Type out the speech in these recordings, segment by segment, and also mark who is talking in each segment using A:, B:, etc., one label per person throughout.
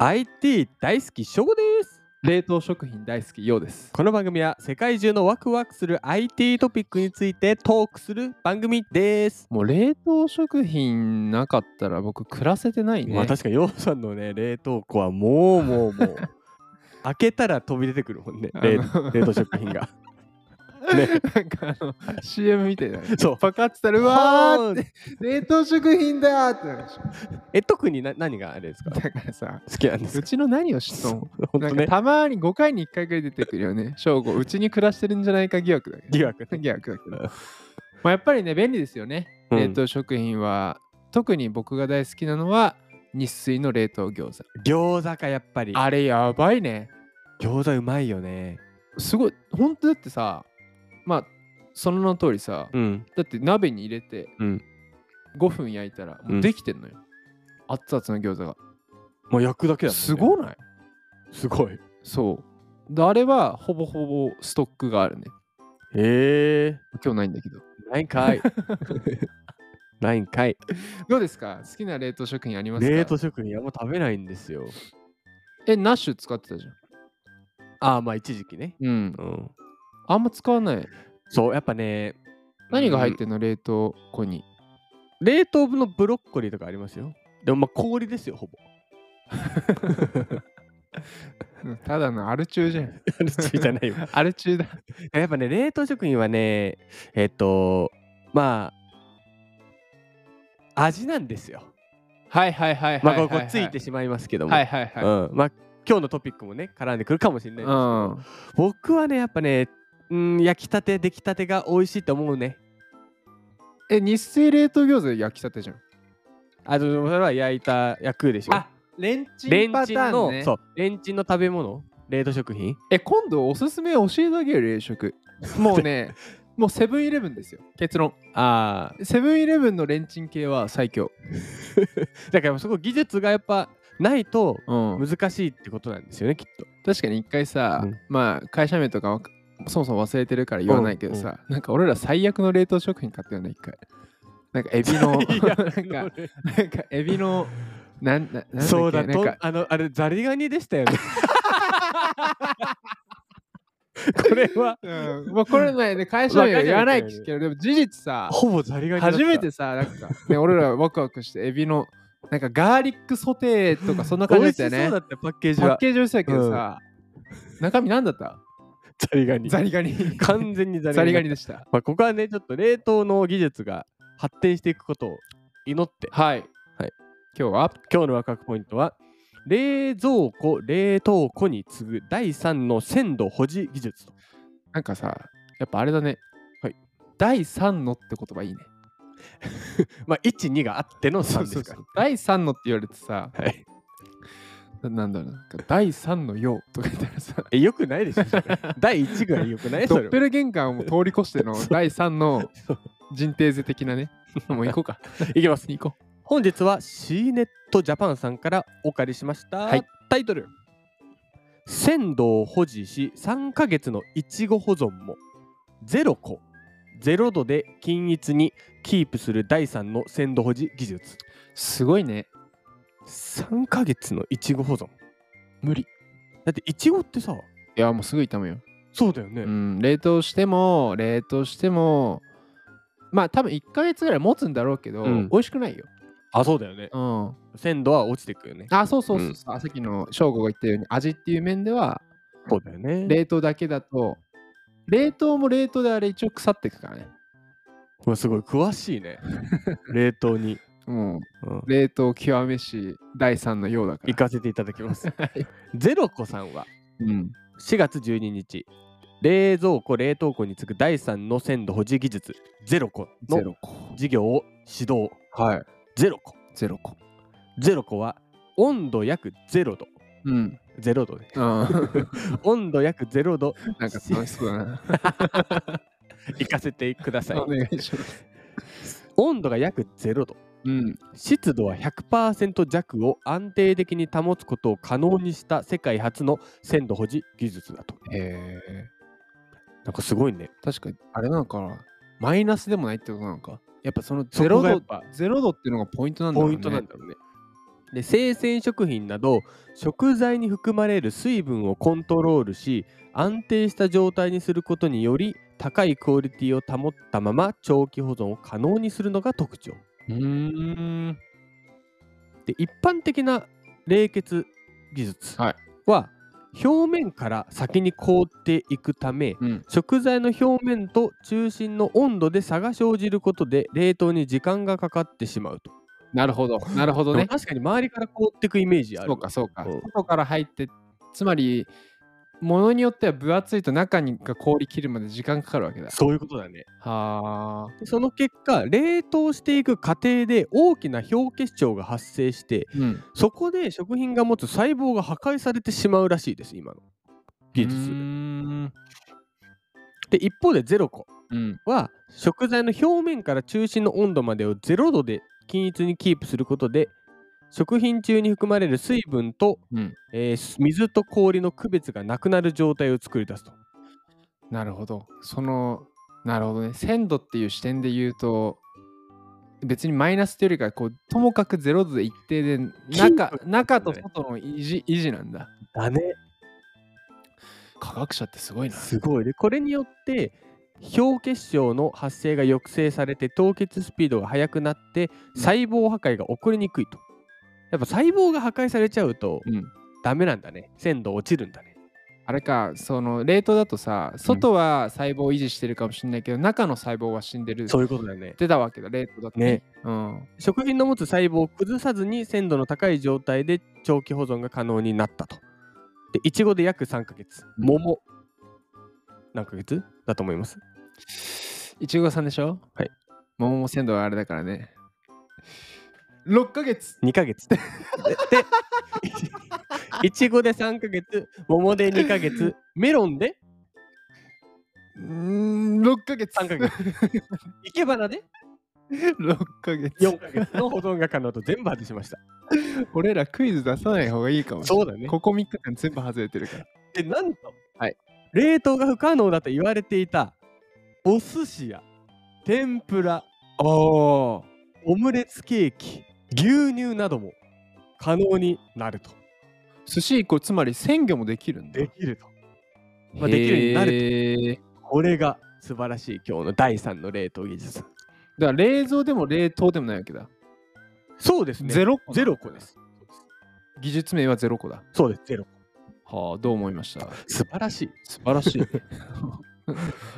A: IT 大好き翔吾です
B: 冷凍食品大好きようです
A: この番組は世界中のワクワクする IT トピックについてトークする番組です、
B: もう冷凍食品なかったら僕暮らせてないね、
A: まあ確かにようさんのね冷凍庫はもうもう もう開けたら飛び出てくるもんね
B: あ
A: 冷
B: の
A: 冷凍食品 がね
B: なんかあの CM みたいな
A: そう
B: パカッつったらうわーって冷凍食品だーってなるでしょ
A: え特にな何があれですか
B: だか らさ
A: 好きなんです
B: う
A: か
B: ちの何を知っとん
A: 本
B: な
A: 当
B: んか
A: ね
B: たまに5回に1回ぐらい出てくるよね正吾うちに暮らしてるんじゃないか疑惑だけど
A: 疑惑ね、
B: 疑惑だけど
A: うん
B: まあやっぱりね便利ですよね
A: うん
B: 冷凍食品は、特に僕が大好きなのは日水の冷凍餃子
A: 餃子かやっぱり
B: あれやばいね
A: 餃子うまいよね
B: すごい本当だってさまあその名の通りさ、
A: うん
B: だって鍋に入れて、
A: うん
B: 5分焼いたらもうんうできてんのよ、熱々の餃子が
A: もう焼くだけだもんね
B: すごない
A: すごい
B: そうであれはほぼほぼストックがあるね
A: へえ
B: 今日ないんだけど
A: ないんか いないんかい
B: どうですか好きな冷凍食品ありますか
A: 冷凍食品あんま食べないんですよ
B: えナッシュ使ってたじゃん
A: ああまあ一時期ね
B: うん
A: うん
B: あんま使わない
A: そうやっぱね
B: 何が入っ
A: る、
B: てんの冷凍 庫に
A: 冷凍のブロッコリーとかありますよでもまあ氷ですよほぼ
B: ただのアル中じゃん
A: あれ じゃないよ
B: アル中だ
A: やっぱね冷凍食品はねえっとまあ味なんですよ
B: はいはいはいはい
A: まあ
B: はい
A: ここついてしまいますけども、
B: はいはいはい
A: うん、まあ今日のトピックもね絡んでくるかもしれないですけ
B: う
A: ど、
B: ん
A: 僕はねやっぱねうん焼きたて出来たてが美味しいと思うね
B: え日清冷凍餃子焼きたてじゃん
A: あでもそれは焼いた焼くでしょ
B: レンチ
A: レンチンの、
B: そ
A: そううレンチンの食べ物冷凍食品
B: え今度おすすめ教えてあげる冷食 もうねもうセブンイレブンですよ結論
A: あ
B: セブンイレブンのレンチン系は最強
A: あだからそこ技術がやっぱないと
B: うん
A: 難しいってことなんですよねきっ と
B: 確かに一回さ、
A: うん
B: まあ会社名とかわかそもそも忘れてるから言わないけどさ、なんか俺ら最悪の冷凍食品買ったよね一回なんかエビの なんかなんかエビのなんななんだっけ
A: そうだ
B: なん
A: と
B: か
A: あのあれザリガニでしたよね これは
B: うんまあ、これねで会社名は言わないけどでも事実さ
A: ほぼザリガニだった
B: 初めてさなんか、ね、俺らワクワクしてエビのなんかガーリックソテーとかそんな感
A: 美
B: じだ
A: 味
B: っ
A: したそ
B: よ
A: う
B: ね
A: だったパッケージ
B: パッ
A: は
B: ケージをしたけどさ、中身なんだった
A: ザリガニ
B: ザリガニ
A: 完全にザリガ
B: ザ
A: ニ
B: リガニでした
A: まあ、ここはねちょっと冷凍の技術が発展していくことを祈って
B: は
A: は
B: い、
A: い、
B: 今日は
A: 今日のワクワクポイントは冷蔵庫冷凍庫に次ぐ第3の鮮度保持技術と
B: なんかさやっぱあれだね
A: はい
B: 第三のって言葉いいね
A: まあ12があっての3ですから
B: 第三のって言われてさ
A: はい
B: ななんだろうなんか第三のようとか言ったらさ
A: えよくないでしょ それ第1ぐらいよくない
B: ド
A: それ
B: ッペルゲンガーをもう通り越し ての第三の
A: そう
B: 人定図的 なねもう行こうか
A: いきます
B: 行こ
A: 本日は C ネットジャパンさんからお借りしました、
B: はい
A: タイトル「鮮度を保持し3ヶ月のいちご保存も0個0度で均一にキープする第3の鮮度保持技術
B: うすごいね」
A: 3ヶ月のいちご保存
B: 無理
A: だっていちごってさ
B: いやもうすぐ痛むよ、
A: そうだよね、
B: うん、冷凍しても冷凍してもまあ多分1ヶ月ぐらい持つんだろうけど、
A: うん
B: 美味しくないよ、
A: あそうだよね
B: うん、
A: 鮮度は落ちていくよね
B: あそうそうそうそう、さっきの翔吾が言ったように味っていう面では
A: そうだよね
B: 冷凍だけだと冷凍も冷凍であれ一応腐っていくからね
A: うわすごい詳しいね 冷凍に、
B: もう
A: うん、
B: 冷凍極めし第三のようだか
A: 行
B: ら、
A: かせていただきますゼロ個さんは
B: うん、
A: 4月12日冷蔵庫冷凍庫に次ぐ第3の鮮度保持技術ゼロ個
B: ゼ
A: の
B: ロ個
A: 事業を指導
B: はい
A: ゼロ個
B: ゼロ個
A: ゼロ個は温度約0度
B: うん
A: ゼロ度ね
B: あー
A: 温度約0度
B: なんか楽しそうだな。
A: 行かせてください
B: お願いします。
A: 温度が約0度
B: うん。
A: 湿度は100%弱を安定的に保つことを可能にした世界初の鮮度保持技術だと
B: へえ。
A: なんかすごいね
B: 確かに、あれなのかな。マイナスでもないってことなのか。やっぱその
A: そ
B: ゼ
A: こ
B: ロ
A: がや
B: 度
A: っ、ぱ
B: ゼロ度っていうのがポイントなんだろう
A: ポイン
B: ね。
A: トなんだろうねで生鮮食品など食材に含まれる水分をコントロールし安定した状態にすることにより高いクオリティを保ったまま長期保存を可能にするのが特徴
B: うーん。
A: で一般的な冷結技術
B: はい
A: は表面から先に凍っていくため
B: うん。
A: 食材の表面と中心の温度で差が生じることで冷凍に時間がかかってしまうと
B: なるほ ど。なるほど
A: で
B: ね
A: も。確かに周りから凍っていくイメージある
B: そうかそうか。
A: うん
B: 外から入って、つまり、ものによっては分厚いと中にが凍り切るまで時間かかるわけだ。
A: そういうことだね
B: はあ。
A: でその結果冷凍していく過程で大きな氷結晶が発生して
B: うん。
A: そこで食品が持つ細胞が破壊されてしまうらしいです今の技
B: うー
A: 術
B: ん。
A: で一方でゼロ個
B: うん。
A: は食材の表面から中心の温度までを0度で均一にキープすることで食品中に含まれる水分と、
B: うん
A: えーす水と氷の区別がなくなる状態を作り出すと。
B: なるほど。その、なるほどね。鮮度っていう視点で言うと、別にマイナスというよりかはこう、ともかくゼロ度で一定で、 中中と外の維持維持なんだ。
A: だね
B: 科学者ってすごいな。
A: すごい。でこれによって氷結晶の発生が抑制されて凍結スピードが速くなって
B: うん
A: 細胞破壊が起こりにくいと。やっぱ細胞が破壊されちゃうと
B: うん。
A: ダメなんだね。鮮度落ちるんだね。
B: あれか、その冷凍だとさ、外は細胞を維持してるかもしれないけど、中の細胞は死んで
A: う
B: る。
A: いうことだよね。
B: 出たわけだ、冷凍だと
A: ね。
B: うん。
A: 食品の持つ細胞を崩さずに鮮度の高い状態で長期保存が可能になったと。で、いちごで約3ヶ月、
B: うん
A: 桃、何ヶ月だと思います
B: いちごさんでしょ
A: はい。
B: 桃も鮮度はあれだからね。6ヶ月
A: ?2 ヶ月。で、でいちごで3ヶ月、桃で2ヶ月、メロンで
B: うーん、6ヶ月
A: 3ヶ 月、いけばなで
B: 6ヶ月。
A: 4ヶ月の保存が可能と全部外しました。
B: 俺らクイズ出さない方がいいかもしれない。
A: うだね
B: ここ3日間全部外れてるから。
A: で、なんと、
B: はい
A: 冷凍が不可能だと言われていたお寿司や天ぷら、
B: おー。
A: オムレツケーキ牛乳なども可能になると
B: 寿司1個、つまり鮮魚もできるんだ。
A: きるとまあできるようになると
B: る。
A: これが素晴らしい今日の第3の冷凍技術
B: だから冷蔵でも冷凍でもないわけだ。
A: そうですね
B: ゼロ
A: ゼロ個です
B: 技術名はゼロ個だ。
A: そうですゼロ
B: はあ、どう思いました
A: 素晴らしいい
B: 素晴 らしい。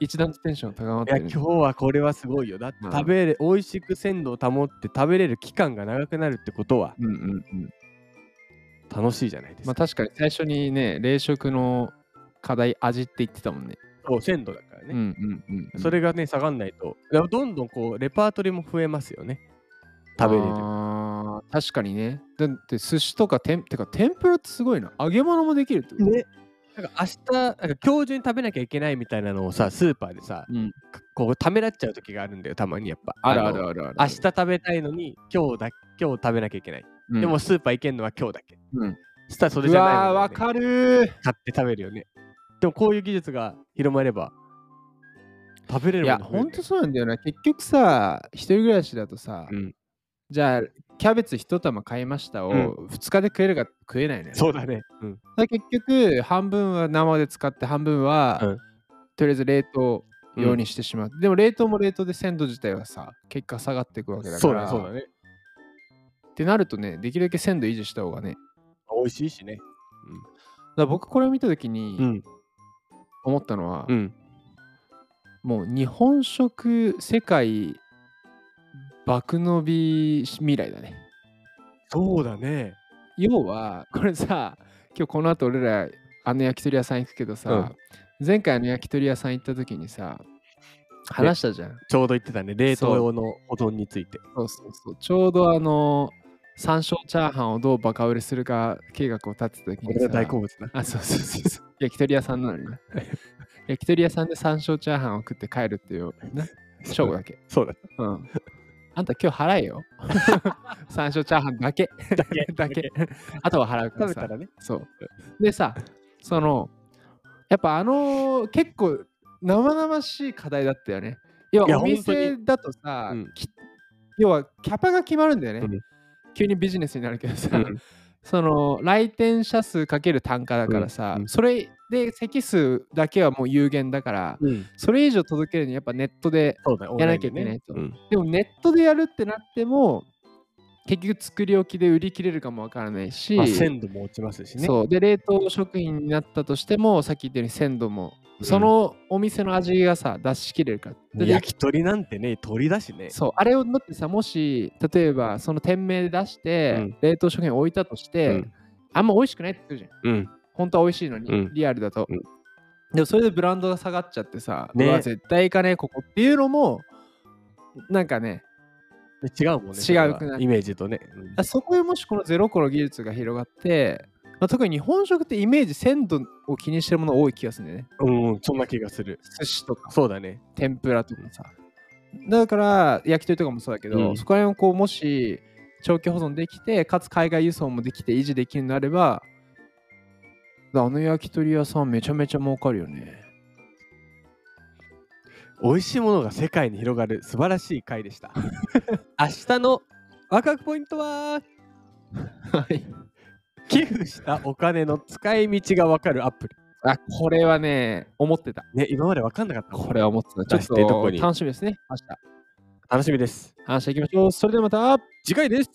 B: 一段とテンション高まって
A: や
B: るね、
A: 今日はこれはすごいよだって
B: うん
A: 食べれ美味しく鮮度を保って食べれる期間が長くなるってことは
B: うんうんうん。
A: 楽しいじゃないです
B: まあ
A: か、
B: 確かに最初にね、冷食の課題味って言ってたもんね。
A: そう鮮度だから
B: うん
A: ね、
B: うんうんうん。
A: それがね下がんないとだからどんどんこうレパートリーも増えますよね食べれる
B: あー確かにね。だって寿司とか天てか天ぷらってすごいな。揚げ物もできるってこと。
A: ね。なんか明日、なんか今日中に食べなきゃいけないみたいなのをさ、スーパーでさ、
B: うん
A: かこうためらっちゃう時があるんだよ、たまにやっぱ。
B: あるあ
A: の
B: るあるある。
A: 明日食べたいのに、今日だ、今日食べなきゃいけない。
B: うん
A: でも、スーパー行けるのは今日だけ。
B: うん
A: そしたらそれ
B: う
A: じゃないも
B: わー、
A: のを
B: わ
A: ね
B: かるー。
A: 買って食べるよね。でもこういう技術が広まれば、食べれる
B: い
A: も
B: や、
A: の増え
B: ほ
A: る
B: んとそうなんだよな。結局さ、一人暮らしだとさ、
A: うん
B: じゃあ、キャベツ一玉買いましたを
A: うん
B: 2日で食えるか食えないのよ。
A: そうだね。うん。
B: だから結局、半分は生で使って、半分は、
A: うん
B: とりあえず冷凍
A: うん
B: 用にしてしまう。でも冷凍も冷凍で鮮度自体はさ、結果下がっていくわけだか
A: そうだ
B: ら。
A: ね、そうだね。
B: ってなるとね、できるだけ鮮度維持した方がね。だか
A: 美味しいしね。
B: ら僕これを見たときに
A: うん。
B: 思ったのは、
A: うん。
B: もう日本食世界爆伸びし未来だね。
A: そうだね。
B: 要はこれさ今日この後俺らあの焼き鳥屋さん行くけどさ、前回あの焼き鳥屋さん行った時にさ話したじゃん、
A: ちょうど言ってたね、冷凍用の保存について。
B: そうそうそうちょうどあの山椒チャーハンをどうバカ売れするか計画を立てた時
A: こ
B: に
A: れ
B: さ
A: が大好物な。
B: あそうそうそうそう焼き鳥屋さんなのにな焼き鳥屋さんで山椒チャーハンを食って帰るっていう な勝負だけ
A: そうだ。
B: うんあんた今日払え よ山椒チャーハンだけ だけあとは払うか
A: 食
B: ら
A: べ
B: さ
A: たらね。
B: そう。でさ、その、やっぱあの結構生々しい課題だったよね。要
A: いや
B: はお
A: 本当
B: 店
A: に
B: だとさ、
A: うん
B: き要はキャパが決まるんだよね。
A: うん
B: 急にビジネスになるけどさ、
A: うん
B: その来店者数かける単価だからさ、
A: うんうん
B: それで席数だけはもう有限だから
A: うん、
B: それ以上届けるにはやっぱネットで
A: そうだよ
B: やらなきゃいけないと
A: オンラインでね
B: でもネットでやるってなっても結局作り置きで売り切れるかもわからないし、
A: うんまあ、鮮度も落ちますしね。
B: そうで冷凍食品になったとしてもさっき言ったように鮮度もそのお店の味がさ出し切れるから
A: で
B: で
A: 焼き鳥なんてね、鳥だしね。
B: そうあれをだってさもし例えばその店名で出して、
A: うん
B: 冷凍食品置いたとして、
A: うん
B: あんま美味しくないって言うじゃん
A: うん、
B: 本当は美味しいのに、
A: うん
B: リアルだと、
A: うん
B: でもそれでブランドが下がっちゃってさ、
A: ね
B: うわ絶対行かねえここっていうのもなんかね
A: で違うもんね。
B: 違う
A: それは
B: くなる
A: イメージとね。
B: だそこへもしこのゼロ個の技術が広がって、まあ、特に日本食ってイメージ鮮度を気にしてるもの多い気がするんだよね
A: うん、うん、そんな気がする。
B: 寿司とか
A: そうだね。
B: 天ぷらとかさだから焼き鳥とかもそうだけど、
A: うん
B: そこら辺をこうもし長期保存できてかつ海外輸送もできて維持できるようになればあの焼き鳥屋さんめちゃめちゃ儲かるよね
A: 美味しいものが世界に広がる素晴らしい回でした。 明日のワクワクポイントは
B: はい
A: 寄付したお金の使い道がわかるアプリ。
B: あこれはね思ってた
A: ね、今までわかんなかったもん。
B: これは思ってた
A: 出
B: ち
A: してど
B: ょ
A: こ
B: っ
A: に
B: と楽しみですね明日
A: 楽しみです。
B: 明日行きましょうそれではまた
A: 次回です。